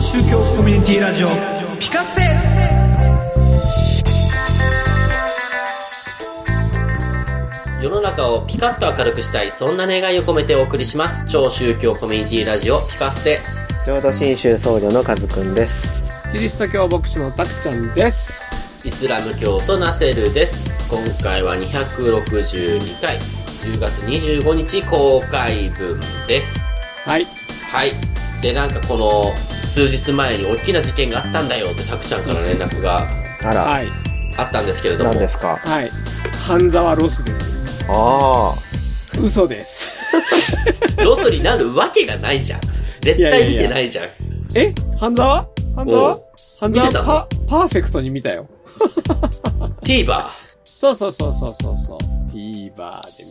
宗教コミュニティラジオピカステ世の中をピカッと明るくしたいそんな願いを込めてお送りします超宗教コミュニティラジオピカステ浄土真宗僧侶のカズくんです。キリスト教牧師のたくちゃんです。イスラム教とナセルです今回は262回10月25日公開分ですはい。はいでなんかこの数日前に大きな事件があったんだよってたくちゃんから連絡があら、はい。あったんですけれども何ですかはい。半沢ロスです。あ嘘です。ロスになるわけがないじゃん絶対見てないじゃん え半沢半お沢う半見てた沢のパパーフェクトに見たよ。 TVer そうそうそうそうそうそう。TVer で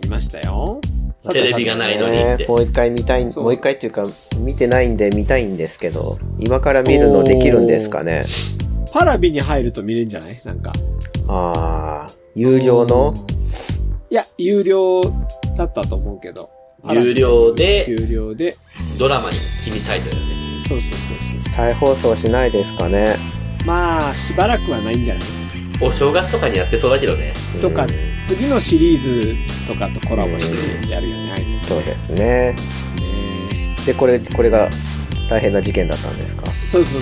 見ましたよ。あ。テレビがないのにってねもう一回見たい、そうもう一回っていうか、見てないんで見たいんですけど、今から見るのできるんですかねパラビに入ると見れるんじゃないなんか。ああ、有料のいや、有料だったと思うけど。有料で有料で。ドラマに君タイトルよねそうそうそうそ再放送しないですかねう。まあ、しばらくはないんじゃないお正月とかにやってそうだけどねとうかん、次のシリーズとかとコラボしてやるよね、ああいうのそうですね。ねで、これ、これが大変な事件だったんですかそうそうそう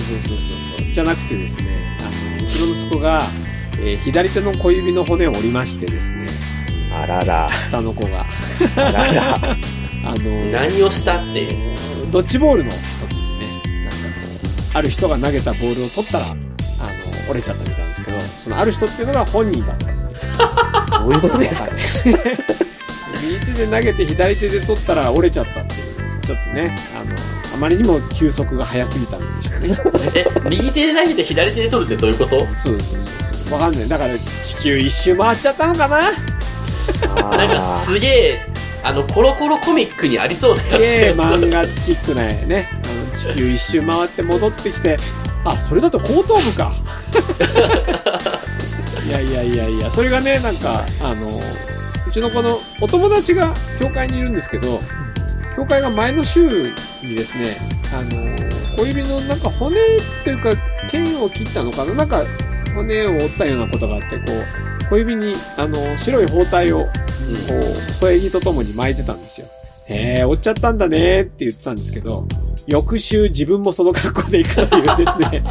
そうそうそうじゃなくてですねあのうちの息子が、えー左手の小指の骨を折りましてですねあら ら、下の子があらら。あの何をしたっていうドッジボールの時にねなんかこうある人が投げたボールを取ったらあの折れちゃったみたいなんですけどそのある人っていうのが本人だったどういうことですかわかんないですね右手で投げて左手で取ったら折れちゃったっていうちょっとねあのあまりにも球速が速すぎたんでしょうねえ右手で投げて左手で取るってどういうことそうそうそうそう。わかんない。だから、地球一周回っちゃったのかななんかあすげえあのコロコロコミックにあり そうなすげえや漫画チックなね。あの、地球一周回って戻ってきて、あ、それだと後頭部 か。いやいやいやいや、それがね、なんか、あの、うちのこのお友達が教会にいるんですけど、教会が前の週にですね、あの、小指のなんか骨っていうか、剣を切ったのかななんか骨を折ったようなことがあって、こう、小指に、あの、白い包帯をこう、添え木とともに巻いてたんですよ。へえ、折っちゃったんだねって言ってたんですけど、翌週自分もその格好で行くというですね。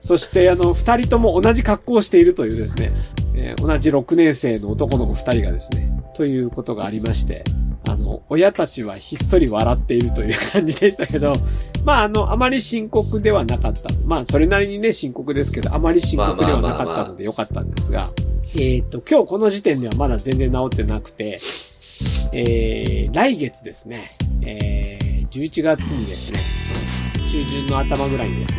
そして、あの、二人とも同じ格好をしているというですね、えー同じ6年生の男の子二人がですね、ということがありまして、あの、親たちはひっそり笑っているという感じでしたけど、 まあ、あの、あまり深刻ではなかった。まあ、それなりにね、深刻ですけど、あまり深刻ではなかったのでよかったんですが、えっ、と、今日この時点ではまだ全然治ってなくて、えー、来月ですね、えー、11月にですね、中旬の頭ぐらいにですね、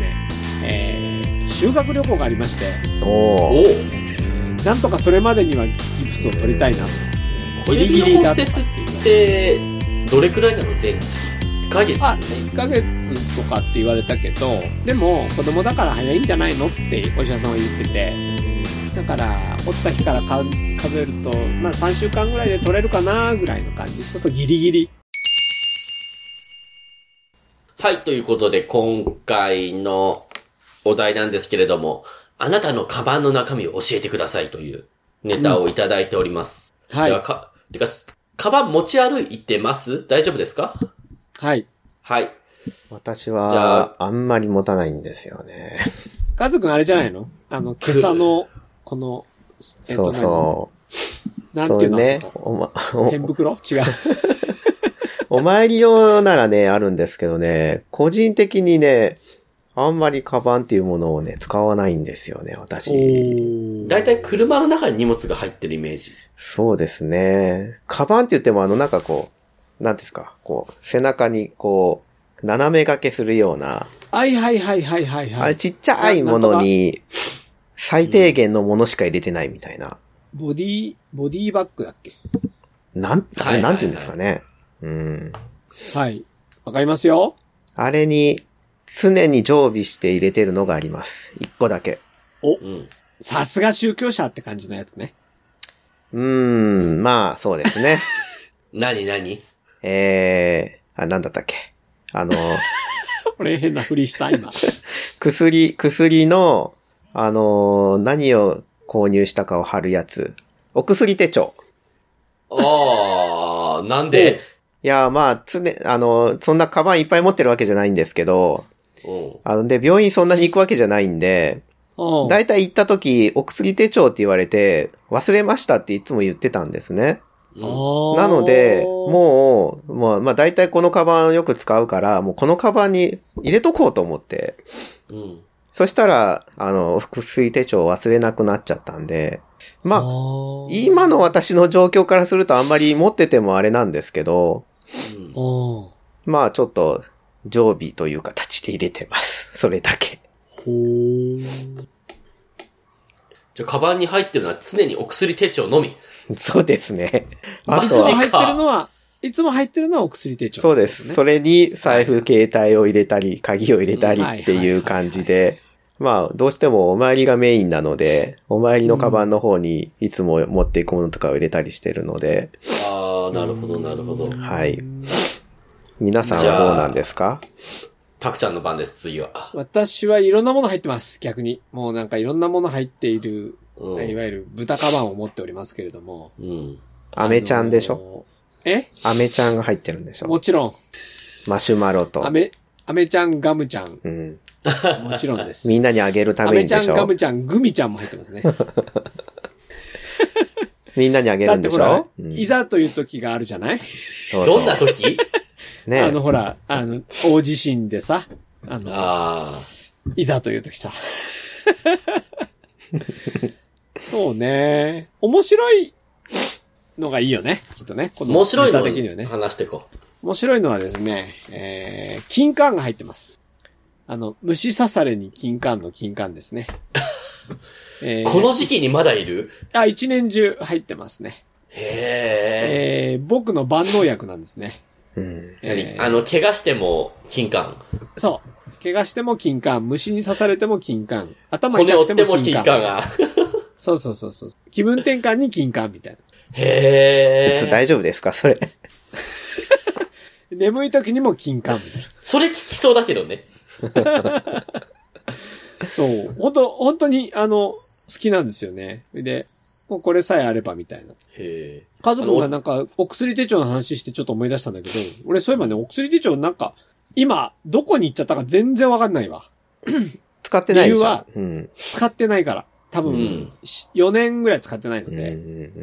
えー、修学旅行がありまして、ーおおーおなんとかそれまでにはギプスを取りたいなと。小指のギリ骨折ギリだったっていうってどれくらいなの全治1ヶ月あ、1ヶ月とかって言われたけど、でも子供だから早いんじゃないのってお医者さんは言ってて、だから折った日からか数えると、まあ3週間ぐらいで取れるかなぐらいの感じ。そうするとギリギリ。はいということで今回のお題なんですけれどもあなたのカバンの中身を教えてくださいというネタをいただいております、はじゃあい。かてかカバン持ち歩いてます大丈夫ですかはい。はい私じゃは、あんまり持たないんですよね。カズくんあれじゃないのあの、今朝の、この、えっそとうそう。何なそんていううのねあそ。こおま、天袋違う。お、お参り用ならね、あるんですけどね、個人的にね、あんまりカバンっていうものをね、使わないんですよね、私。大体車の中に荷物が入ってるイメージそうですね。カバンって言っても、あの、なんかこう、なんていうんですか、こう、背中にこう、斜め掛けするような、はいはいはいはいはいあはれい。ちっちゃいものに、最低限のものしか入れてないみたいな。ボディ、ボディバッグだっけなん、あはいはいはいれなんて言うんですかね。うん。はい。わかりますよあれに、常に常備して入れてるのがあります。一個だけ。うんさすが宗教者って感じのやつね。うーん、まあ、そうですね。 何何えー、あ、なんだったっけ。あの、 俺変なふりした、今。薬、薬の、あのー何を購入したかを貼るやつ。お薬手帳。ああ、 なんでいや、まあ、常、あのーそんなカバンいっぱい持ってるわけじゃないんですけど、うん。あの、で、病院そんなに行くわけじゃないんで、うんだいたい行った時、お薬手帳って言われて、忘れましたっていつも言ってたんですね。うんなので、う、もう、まあ、まあ、大体このカバンよく使うから、もうこのカバンに入れとこうと思って。うん。そしたら、あの、腹水手帳を忘れなくなっちゃったんで、まあ、あ今の私の状況からするとあんまり持っててもあれなんですけど、うんほまあちょっと常備という形で入れてます。それだけ。ー。じゃあ、カバンに入ってるのは常にお薬手帳のみ。そうですね。マあジといつも入は、ってるのは、いつも入ってるのはお薬手帳。そうです。それに財布、携帯を入れたり、鍵を入れたりっていう感じで、まあどうしてもお参りがメインなので、お参りのカバンの方にいつも持っていくものとかを入れたりしてるので、ああ、なるほど、なるほど。はい。皆さんはどうなんですかたくちゃんの番です、次は。私はいろんなもの入ってます、逆に。もうなんかいろんなもの入っている、ういん。わゆる豚カバンを持っておりますけれども。うん。アメちゃんでしょょえアメちゃんが入ってるんでしもょちろん。マシュマロとア。メ、アメちゃん、ガムちゃん。うん。もちろんです。みんなにあげるアためメにちゃん、でしガょムちゃん、グミちゃんも入ってますね。だみんなにあげるっんてでほしらょ、ういざという時があるじゃないそうそうどんな時ねあのほら、あの、大地震でさ、あの、あいざという時さ。 そうね。面白いのがいいよね。きっとね。こあ、の面白ネいタ的にはのね。話していこう。面白いのはですね、えー、金柑が入ってます。あの、虫刺されに金柑の金柑ですね。えーこの時期にまだいるあ、一年中入ってますね。へええ。ー、僕の万能薬なんですね。うん。え何ーあの、怪我しても、金管。そう。怪我しても金柑、虫に刺されても金柑、頭骨痛折くっててもも金金管柑。が。そうそうそうそう。気分転換に金柑みたいな。へ別え。大丈夫ですかそれ。眠い時にも金柑みたいそれ聞きそうだけどね。 な。そう。本当本当に、あの、好きなんですよね。で、もうこれさえあればみたいな。へえ。家族あがのなんか、お薬手帳の話してちょっと思い出したんだけど、俺そういえばね、お薬手帳なんか、今、どこに行っちゃったか全然わかんないわ。使ってないでし理由ょはうん。使ってないから。多う分、ん。し4年ぐらい使ってないのうんうんで、う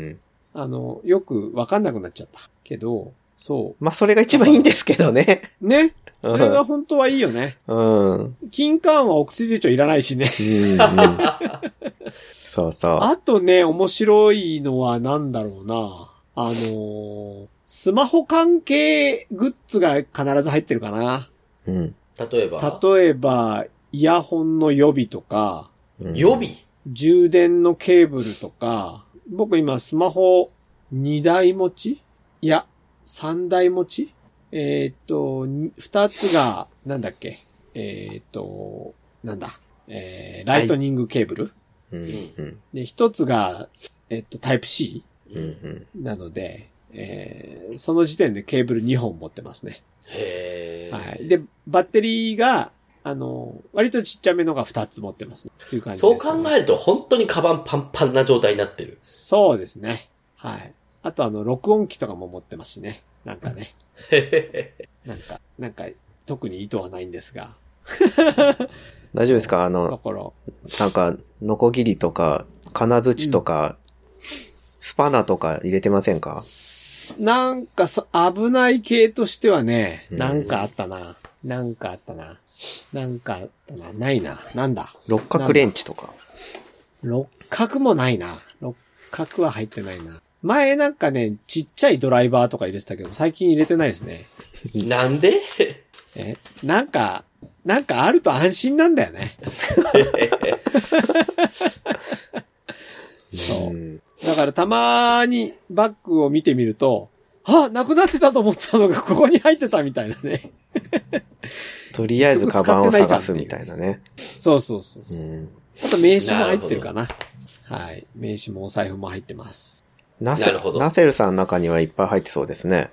ん。あの、よくわかんなくなっちゃった。けど、そまあ、それが一番いいんですけどね。う。ね。うそれがん。本当はいいよね。うん。うん金柑はお薬手帳いらないしね。うん。そうそあとね、面白いのはなんだろうな。あのースマホ関係グッズが必ず入ってるかな。う。うん。例えば。例えば、イヤホンの予備とか、うん予備充電のケーブルとか、僕今スマホ2台持ちいや、3台持ちえーっと、2つが、なんだっけえーっと、なんだえー、ライトニングケーブル、うんうんで、1つが、えっと、タイプ C? うんうん。なので、えーその時点でケーブル2本持ってますね。へえ。はい。で、バッテリーが、あの、割とちっちゃめのが2つ持ってますね。っていう感じそうです、考ええると、本当にカバンパンパンな状態になって る。そうですね。はい。あとあの、録音機とかも持ってますしね。なんかね。へへなんか、なんか、特に意図はないんですが。大丈夫ですかだあの、から、なんか、ノコギリとか、金槌とか、スパナとか入れてませんかなんかそ、危ない系としてはね、うんなんかあったな。なんかあったな。なんかあったな。ないな。なんだ。六角レンチとか。六角もないな。六角は入ってないな。前なんかね、ちっちゃいドライバーとか入れてたけど、最近入れてないですね。へなんで え、なんか、なんかあると安心なんだよね。そんう。だからたまーにバッグを見てみると、あ、なくなってたと思ってたのが ここに入ってたみたいなね。とりあえずカバンを探すみたいなね。そうそうそううそう。ん。あと名刺も入ってるかな。はい。名刺もお財布も入ってます。ナなセるほどナセルさんの中にはいっぱい入ってそうですね。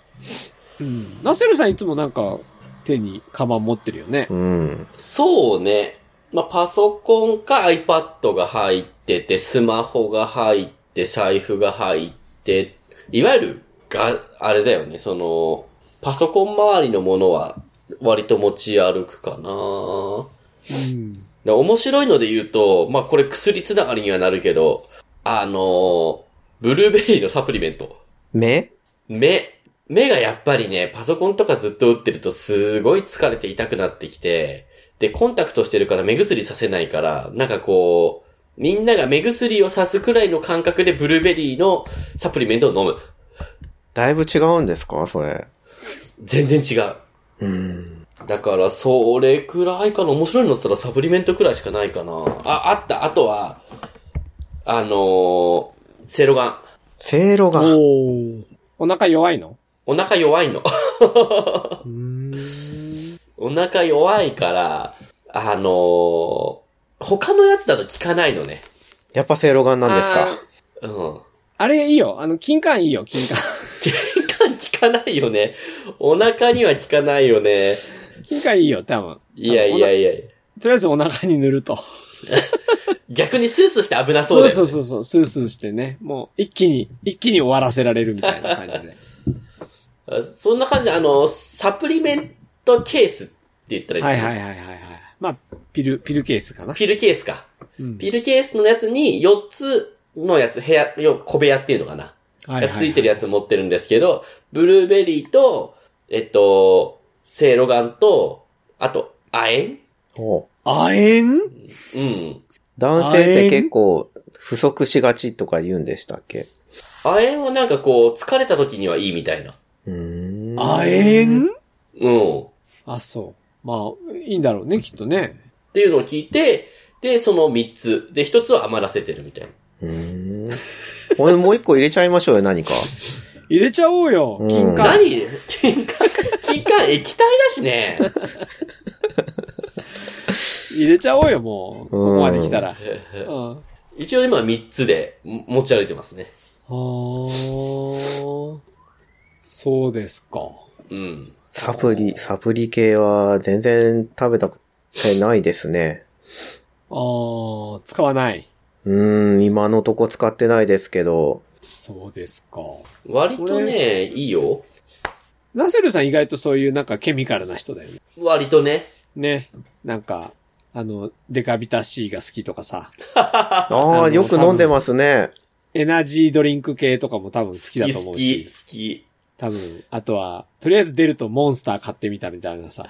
うん。ナセルさんいつもなんか、手にカバン持ってるよね。うん。そうね。まあ、パソコンか iPad が入ってて、スマホが入って、財布が入って、いわゆる、が、あれだよね、その、パソコン周りのものは、割と持ち歩くかなうん。で面白いので言うと、まあ、これ薬つながりにはなるけど、あの、ブルーベリーのサプリメント。目目、目がやっぱりね、パソコンとかずっと打ってるとすごい疲れて痛くなってきて、で、コンタクトしてるから目薬させないから、なんかこう、みんなが目薬をさすくらいの感覚でブルーベリーのサプリメントを飲む。だいぶ違うんですかそれ。全然違う。うん。だから、それくらいかな。面白いのって言ったらサプリメントくらいしかないかな。あ、あった。あとは、あのー、セいろがん。せいろが。おーお腹弱いのお腹弱いの。 うん。お腹弱いから、あのー他のやつだと効かないのね。やっぱせいろがんなんですあーかうん。あれいいよ。あの、金柑いいよ、金柑。血管効かないよね。お腹には効かないよね。 金柑いいよ、多分。いやいやいやとりあえずお腹に塗ると。逆にスースーして危なそうだよ、ね。そうそうそうそう、スースーしてね。もう、一気に、一気に終わらせられるみたいな感じで。 あそんな感じで、あの、サプリメントケースって言ったらいい、はいはいはいはいはい。まあ、ピル、ピルケースかな。ピルケースか。うんピルケースのやつに4つのやつ、部屋、よ小部屋っていうのかな。はいがはいついてるやつ持ってるんですけど、ブルーベリーと、えっと、セいろがんと、あと、亜鉛おあえんうん。男性って結構不足しがちとか言うんでしたっけ亜鉛はなんかこう、疲れた時にはいいみたいな。うーん。あえんうん。っあ、そう。まあ、いいんだろうね、きっとね。ていうのを聞いて、で、その3つ。で、1つは余らせてるみたいな。うーん。これもう一個入れちゃいましょうよ、何か。入れちゃおうよう、ん金柑。あ何金管、金管液体だしね。 入れちゃおうよ、もう。ここまで来たら。うん。あ一応今3つでも持ち歩いてますね。ー。そうですか。うん。サプリ、サプリ系は全然食べたくてないですね。あー、使わない。うーん、今のとこ使ってないですけど、そうですか。割とこね、いいよ。ラセルさん意外とそういうなんかケミカルな人だよね。割とね。ね。なんか、あの、デカビタ C が好きとかさ、ああのあ、よく飲んでますね。エナジードリンク系とかも多分好きだと思好うき、し、好き、多分、あとは、とりあえず出るとモンスター買ってみたみたいなさ、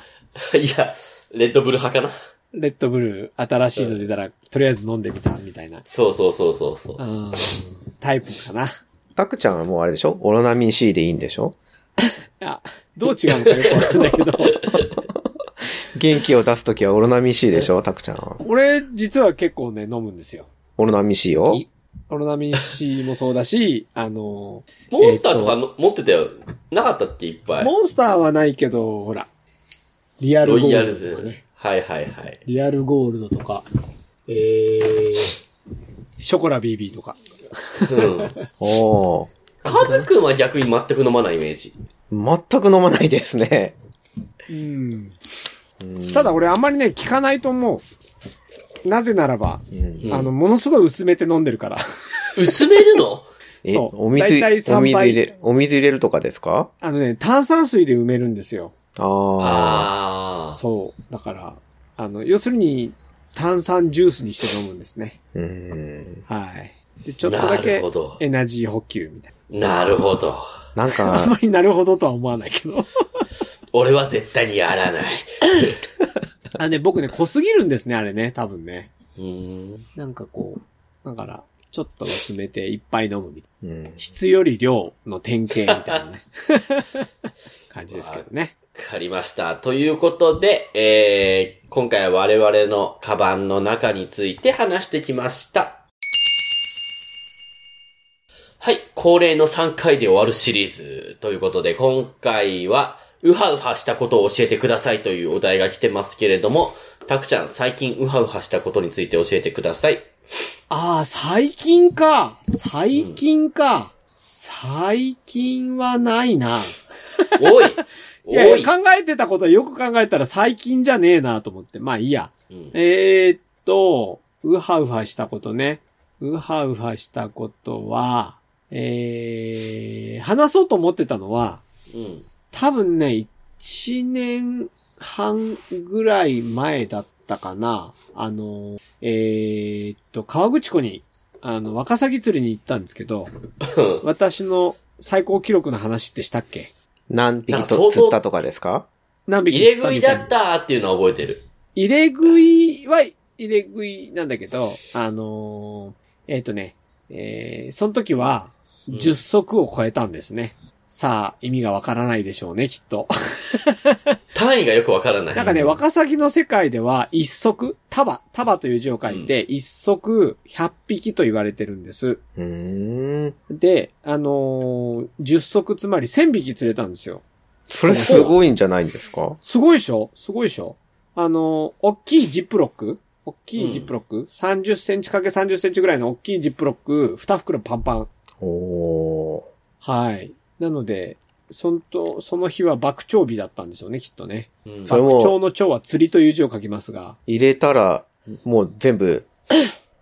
好き。 いや、レッドブル派かな。レッドブルー新しいの出たら、とりあえず飲んでみたみたいな、そうそうそうそうそうう。ん、タイプかな。タクちゃんはもうあれでしょオロナミン C でいいんでしょあ、どう違うのかよくわかんない けど、元気を出すときはオロナミン C でしょタクちゃんは。俺実は結構ね、飲むんですよ。オロナミン C をいオロナミン C もそうだし、あの、モンスターとかの持ってたよ。なかったっけいっぱい。モンスターはないけど、ほら、リアルロゴイヤールルドとかねズ。。はいはいはい。リアルゴールドとか、えー、ショコラ BB とか。うん。おーカズくんは逆に全く飲まないイメージ。全く飲まないですね。うん。うんただ、俺あんまりね、効かないと思う。なぜならば、うんうんあの、ものすごい薄めて飲んでるから。薄めるのえ、そうお大水、体3お水倍入れ、お水入れるとかですかあのね、炭酸水で埋めるんですよ。ああ。ああ。そう。だから、あの、要するに、炭酸ジュースにして飲むんですね。うん。はい。でちょっとだなるけほ、ど。エナジー補給みたいなるほど。なんな。 あんかま、りなるほどとは思わないけど。俺は絶対にやらない。あ、ね、僕ね、濃すぎるんですね、あれね、多分ね。うーん。なんかこう、だから、ちょっと薄めていっぱい飲むみたいな。うん、質より量の典型みたいな ね。感じですけどね。わかりました。ということで、えー、今回は我々のカバンの中について話してきました。はい、恒例の3回で終わるシリーズということで、今回は、ウハウハしたことを教えてくださいというお題が来てますけれども、たくちゃん、最近ウハウハしたことについて教えてください。ああ、最近か。最近か。最近はないな。多い。 いや多いいや。考えてたことはよく考えたら最近じゃねえなと思って。まあいいや。うんえー、っと、うはうはしたことね。うはうはしたことは、えー、話そうと思ってたのは、うん。多分ね、1年半ぐらい前だったかな。あの、えー、っと、川口湖に、あの、ワカサギ釣りに行ったんですけど、私の最高記録の話ってしたっけ何匹と釣ったとかですか何匹 入れ釣った食いみたいだなっ。たっていうのは覚えてる。入れ食いは入れ食いなんだけど、あのーえっ、とね、えー、その時はうん10足を超えたんですね。さあ、意味がわからないでしょうね、きっと。単位がよくわからない。なんかね、ワカサギの世界では一足、束、束という字を書いて、一足100匹と言われてるんです。うーん。で、あのー10足つまり1000匹釣れたんですよ。それすごいんじゃないんですかすごいでしょすごいでしょあの、大きいジップロック大きいジップロック、?30 センチかけ30センチぐらいの大きいジップロック、2袋パンパン。おー。はい。なので、そんと、その日は爆鳥日だったんでしょうね、きっとね。うんそれ爆も鳥の鳥は釣りという字を書きますが。入れたら、もう全部、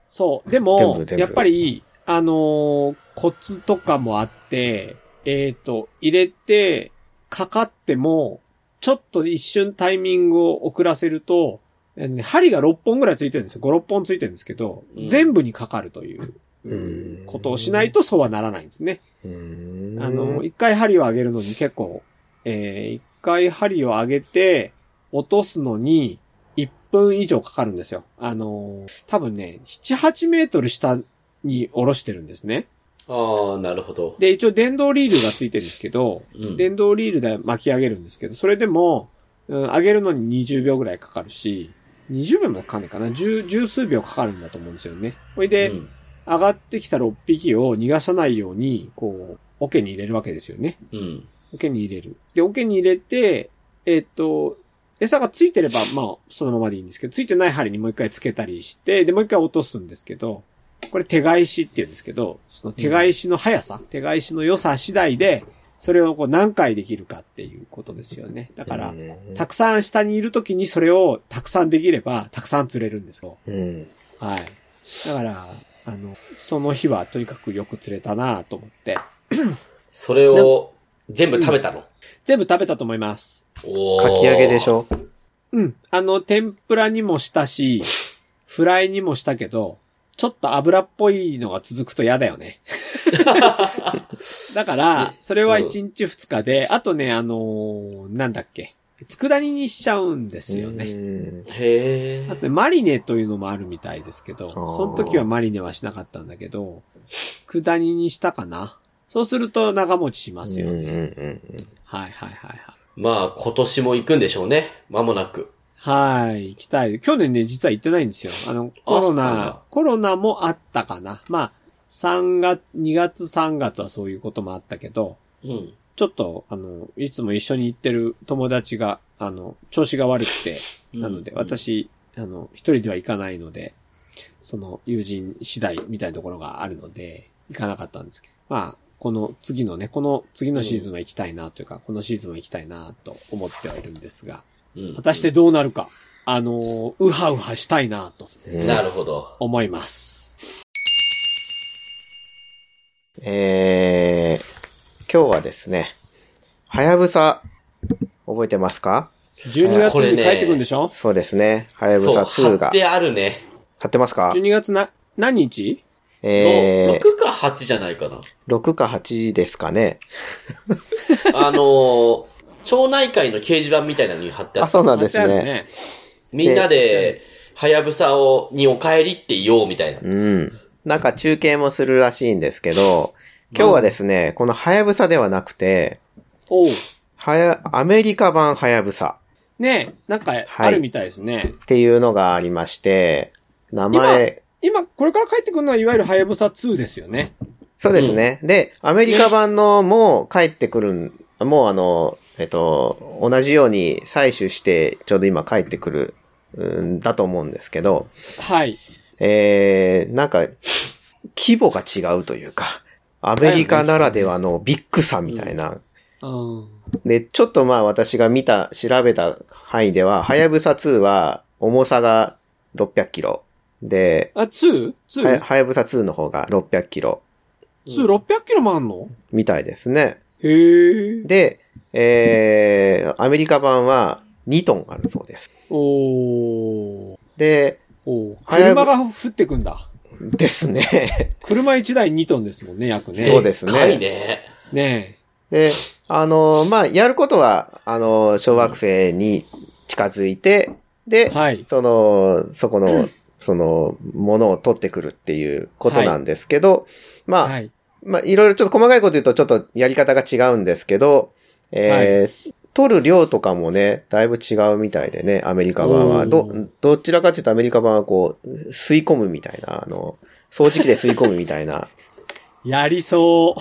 そう。で全も部全、部やっぱり、あのーコツとかもあって、えっ、と、入れて、かかっても、ちょっと一瞬タイミングを遅らせると、えーね針が6本ぐらいついてるんですよ。5、6本ついてるんですけど、うん全部にかかるといううんことをしないとそうはならないんですね。うーんあの、一回針を上げるのに結構、えー一回針を上げて、落とすのに、1分以上かかるんですよ。あのー多分ね、7、8メートル下に下ろしてるんですね。ああ、なるほど。で、一応電動リールがついてるんですけど、うん、電動リールで巻き上げるんですけど、それでも、うん、上げるのに20秒ぐらいかかるし、20秒もかかんないかな十、十数秒かかるんだと思うんですよね。ほいで、うん、上がってきた6匹を逃がさないように、こう、桶に入れるわけですよね。うん。桶に入れる。で、桶に入れて、えっ、と、餌がついてれば、まあ、そのままでいいんですけど、ついてない針にもう一回つけたりして、で、もう一回落とすんですけど、これ手返しって言うんですけど、その手返しの速さ、手返しの良さ次第で、それをこう何回できるかっていうことですよね。だから、うんたくさん下にいるときにそれをたくさんできれば、たくさん釣れるんですよ。うん。はい。だから、あの、その日はとにかくよく釣れたなと思って、それを全部食べたの。全部食べたと思います。おーかき揚げでしょうん。あの、天ぷらにもしたし、フライにもしたけど、ちょっと油っぽいのが続くと嫌だよ ね。だからね、それは1日2日で、あとね、あのーなんだっけ。佃煮にしちゃうんですよね。ね。へあとね、え。マリネというのもあるみたいですけど、ーその時はマリネはしなかったんだけど、佃煮にしたかな。そうすると長持ちしますようんうんね。うんはいはいはいはい。まあ、今年も行くんでしょうね。間もなく。はい、行きたい。去年ね、実は行ってないんですよ。あの、コロそうなんナだ、コロナもあったかな。まあ、3月、2月3月はそういうこともあったけど、うん。ちょっと、あの、いつも一緒に行ってる友達が、あの、調子が悪くて、なので、うん、私、あの、一人では行かないので、その、友人次第みたいなところがあるので、行かなかったんですけど、まあ、この次のね、この次のシーズンは行きたいなというか、このシーズンは行きたいなと思ってはいるんですが、うん果たして、どうなるか、あのーうはうはしたいなとうんなるほど。思います。えー、今日はですね、はやぶさ、覚えてますか12月これにね帰ってくるんでしょ、そうですね、はやぶそう、さ2貼っが。てあるね。貼ってますか ?12 月な、何日のえー、 6か8じゃないかな。 6か8ですかね。あのー、 町内会の掲示板みたいなのに貼ってああ、った。そうなんです貼ってあるね。ね。みんなで、はやぶさを、にお帰りって言おうみたいな。うん。なんか中継もするらしいんですけど、今日はですね、このはやぶさではなくて、おう。はや、アメリカ版はやぶさねえ、なんか、あるみたいですね。っていうのがありまして、名前、今、これから帰ってくるのは、いわゆるハヤブサ2ですよね。そうですね。で、アメリカ版のもう帰ってくるん、もうあの、えっと、同じように採取して、ちょうど今帰ってくる、うんだと思うんですけど、はい。えー、なんか、規模が違うというか、アメリカならではのビッグさみたいなうん。で、ちょっとまあ私が見た、調べた範囲では、はやぶさ2は重さが600キロ。で、あ、2?2?2、はやはやぶさ2の方が600キロ2 600キロもあんのみたいですね。へえ。で、えー、アメリカ版は2トンあるそうです。おーで、おーはやぶ車が降ってくんだ。ですね。車1台2トンですもんね、約ね。そうですねかいね。ねで、あのまあ、やることは、あの小惑星に近づいて、でえ。、はい。その、そこ の、その、ものを取ってくるっていうことなんですけど、まあ、はい。まあ、いろいろちょっと細かいこと言うとちょっとやり方が違うんですけど、えー取る量とかもね、だいぶ違うみたいでね、アメリカ版は。おーど、どちらかというとアメリカ版はこう、吸い込むみたいな、あの、掃除機で吸い込むみた いな、やりそ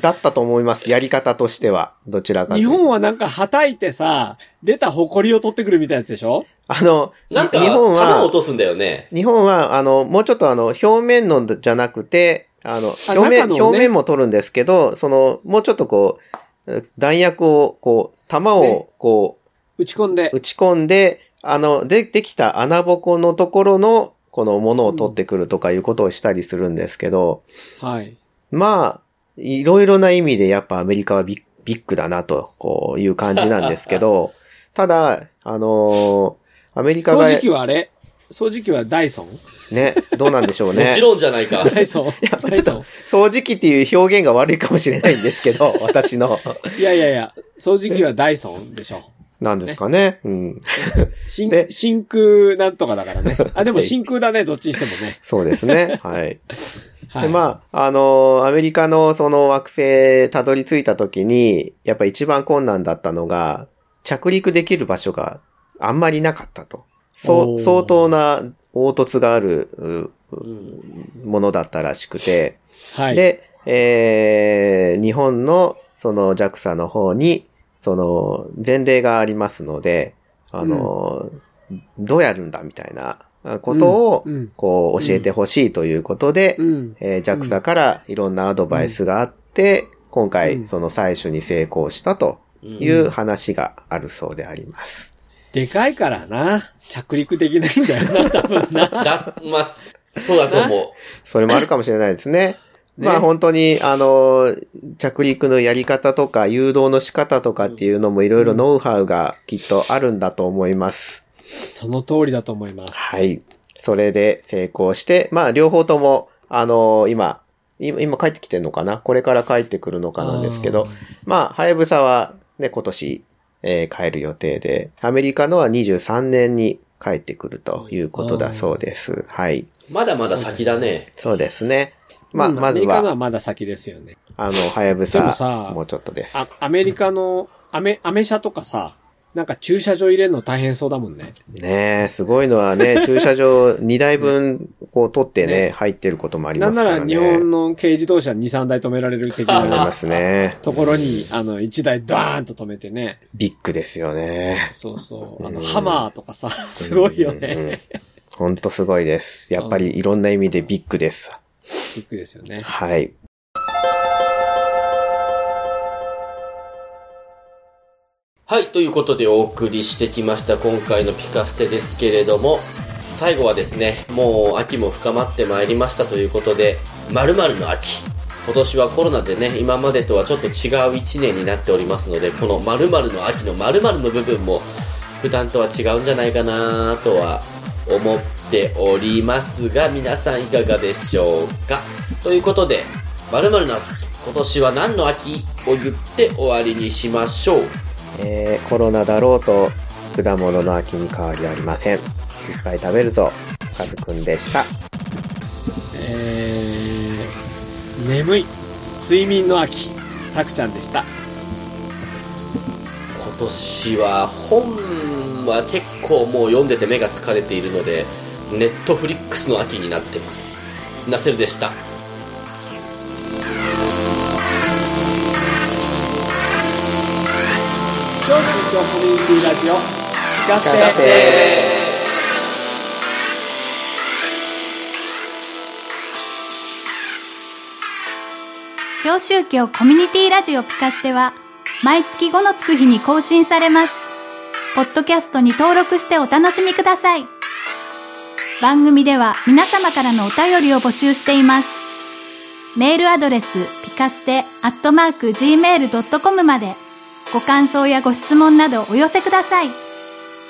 だったと思います。やり方としては、どちらう。かとい日うと本はなんかはたいてさ、出た埃を取ってくるみたいなやつでしょあの、なんか、日本弾落は、とすんだよね。日本は、あの、もうちょっとあの、表面のじゃなくて、あの、あ表面、中のね表面も取るんですけど、その、もうちょっとこう、弾薬を、こう、弾ねを、こう、打ち込んで。打ち込んで、あの、で、できた穴ぼこのところの、このものを取ってくるとかいうことをしたりするんですけど、はい。まあ、いろいろな意味でやっぱアメリカはビッビッグだなと、こういう感じなんですけど、ただ、あのーアメリカ掃が、除機はあれ掃除機はダイソンね、どうなんでしょうね。もちろんじゃないか。ダイソンダイソ掃除機っていう表現が悪いかもしれないんですけど、私の。ンいやいやいや、掃除機はダイソンでしょ。なんですかね。うん。真で真空なんとかだからね。あ、でも はい真空だね、どっちにしてもね。そうですね。はい。はい。で、まあ、あのアメリカのその惑星たどり着いた時に、やっぱ一番困難だったのが、着陸できる場所があんまりなかったと。そおう、ー相当な凹凸があるううんものだったらしくて、はい。で、えー、日本のその JAXA の方に、その前例がありますので、あのどうやるんだみたいなことをう、ん。こう教えてほしいということで、うん。えー、JAXA からいろんなアドバイスがあって、今う回んその採取に成功したとうんい。う話があるそうであります。でかいからな。着陸できないんだ よな、多分な。だ、まあ、そうだと思それもあるかもしれないですね。ねまあ本当に、あの、着陸のやり方とか誘導の仕方とかっていうのもいろいろノウハウがきっとあるんだと思います。その通りだと思います。はい。それで成功して、まあ両方とも、あの、今、今今帰ってきてるのかなこれから帰ってくるのかなんですけど、まあ、はやぶさはね、今年、えー帰る予定で、アメリカのは23年に帰ってくるということだそうです。はい。う。まだまだ先だね。そうですね。ままあ、あ、うんアまメずリカのは、はまだ先ですよね。あの、はやぶでもささ、もうちょっとです。あ、アメリカの、アメ、アメ車とかさ、なんか駐車場入れるの大変そうだもんね。ねえ、すごいの はね、駐車場2台分、こう、取ってね、ね入ってることもありなまんすなかららね。日本の軽自動車2、3台止められる的ありまなすね。ところに、あの、1台ダーンと止めてね。ビッグですよね。そうそう。あの、うんハマーとかさ、すごいようんうんね。。ほんとすごいです。やっぱりいろんな意味でビッグです。びっくりですよね。はい。はい、ということでお送りしてきました今回のピカステですけれども、最後はですね、もう秋も深まってまいりましたということで、〇〇の秋。今年はコロナでね、今までとはちょっと違う1年になっておりますので、この〇〇の秋の〇〇の部分も、普段とは違うんじゃないかなとは思っておりますが、皆さんいかがでしょうかということで、〇〇の秋、今年は何の秋を言って終わりにしましょう。えーコロナだろうと果物の秋に変わりありませんいっぱい食べるぞカズくんでしたえー、眠い、睡眠の秋、たくちゃんでした。今年は本は結構もう読んでて目が疲れているのでネットフリックスの秋になってますナセルでした超人コミュニティラジオ、聞かせて長宗教コミュニティラジオピカステは毎月5のつく日に更新されます。ポッドキャストに登録してお楽しみください。番組では皆様からのお便りを募集しています。メールアドレスピカステアットマーク gmail.com までご感想やご質問などお寄せください。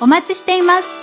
お待ちしています。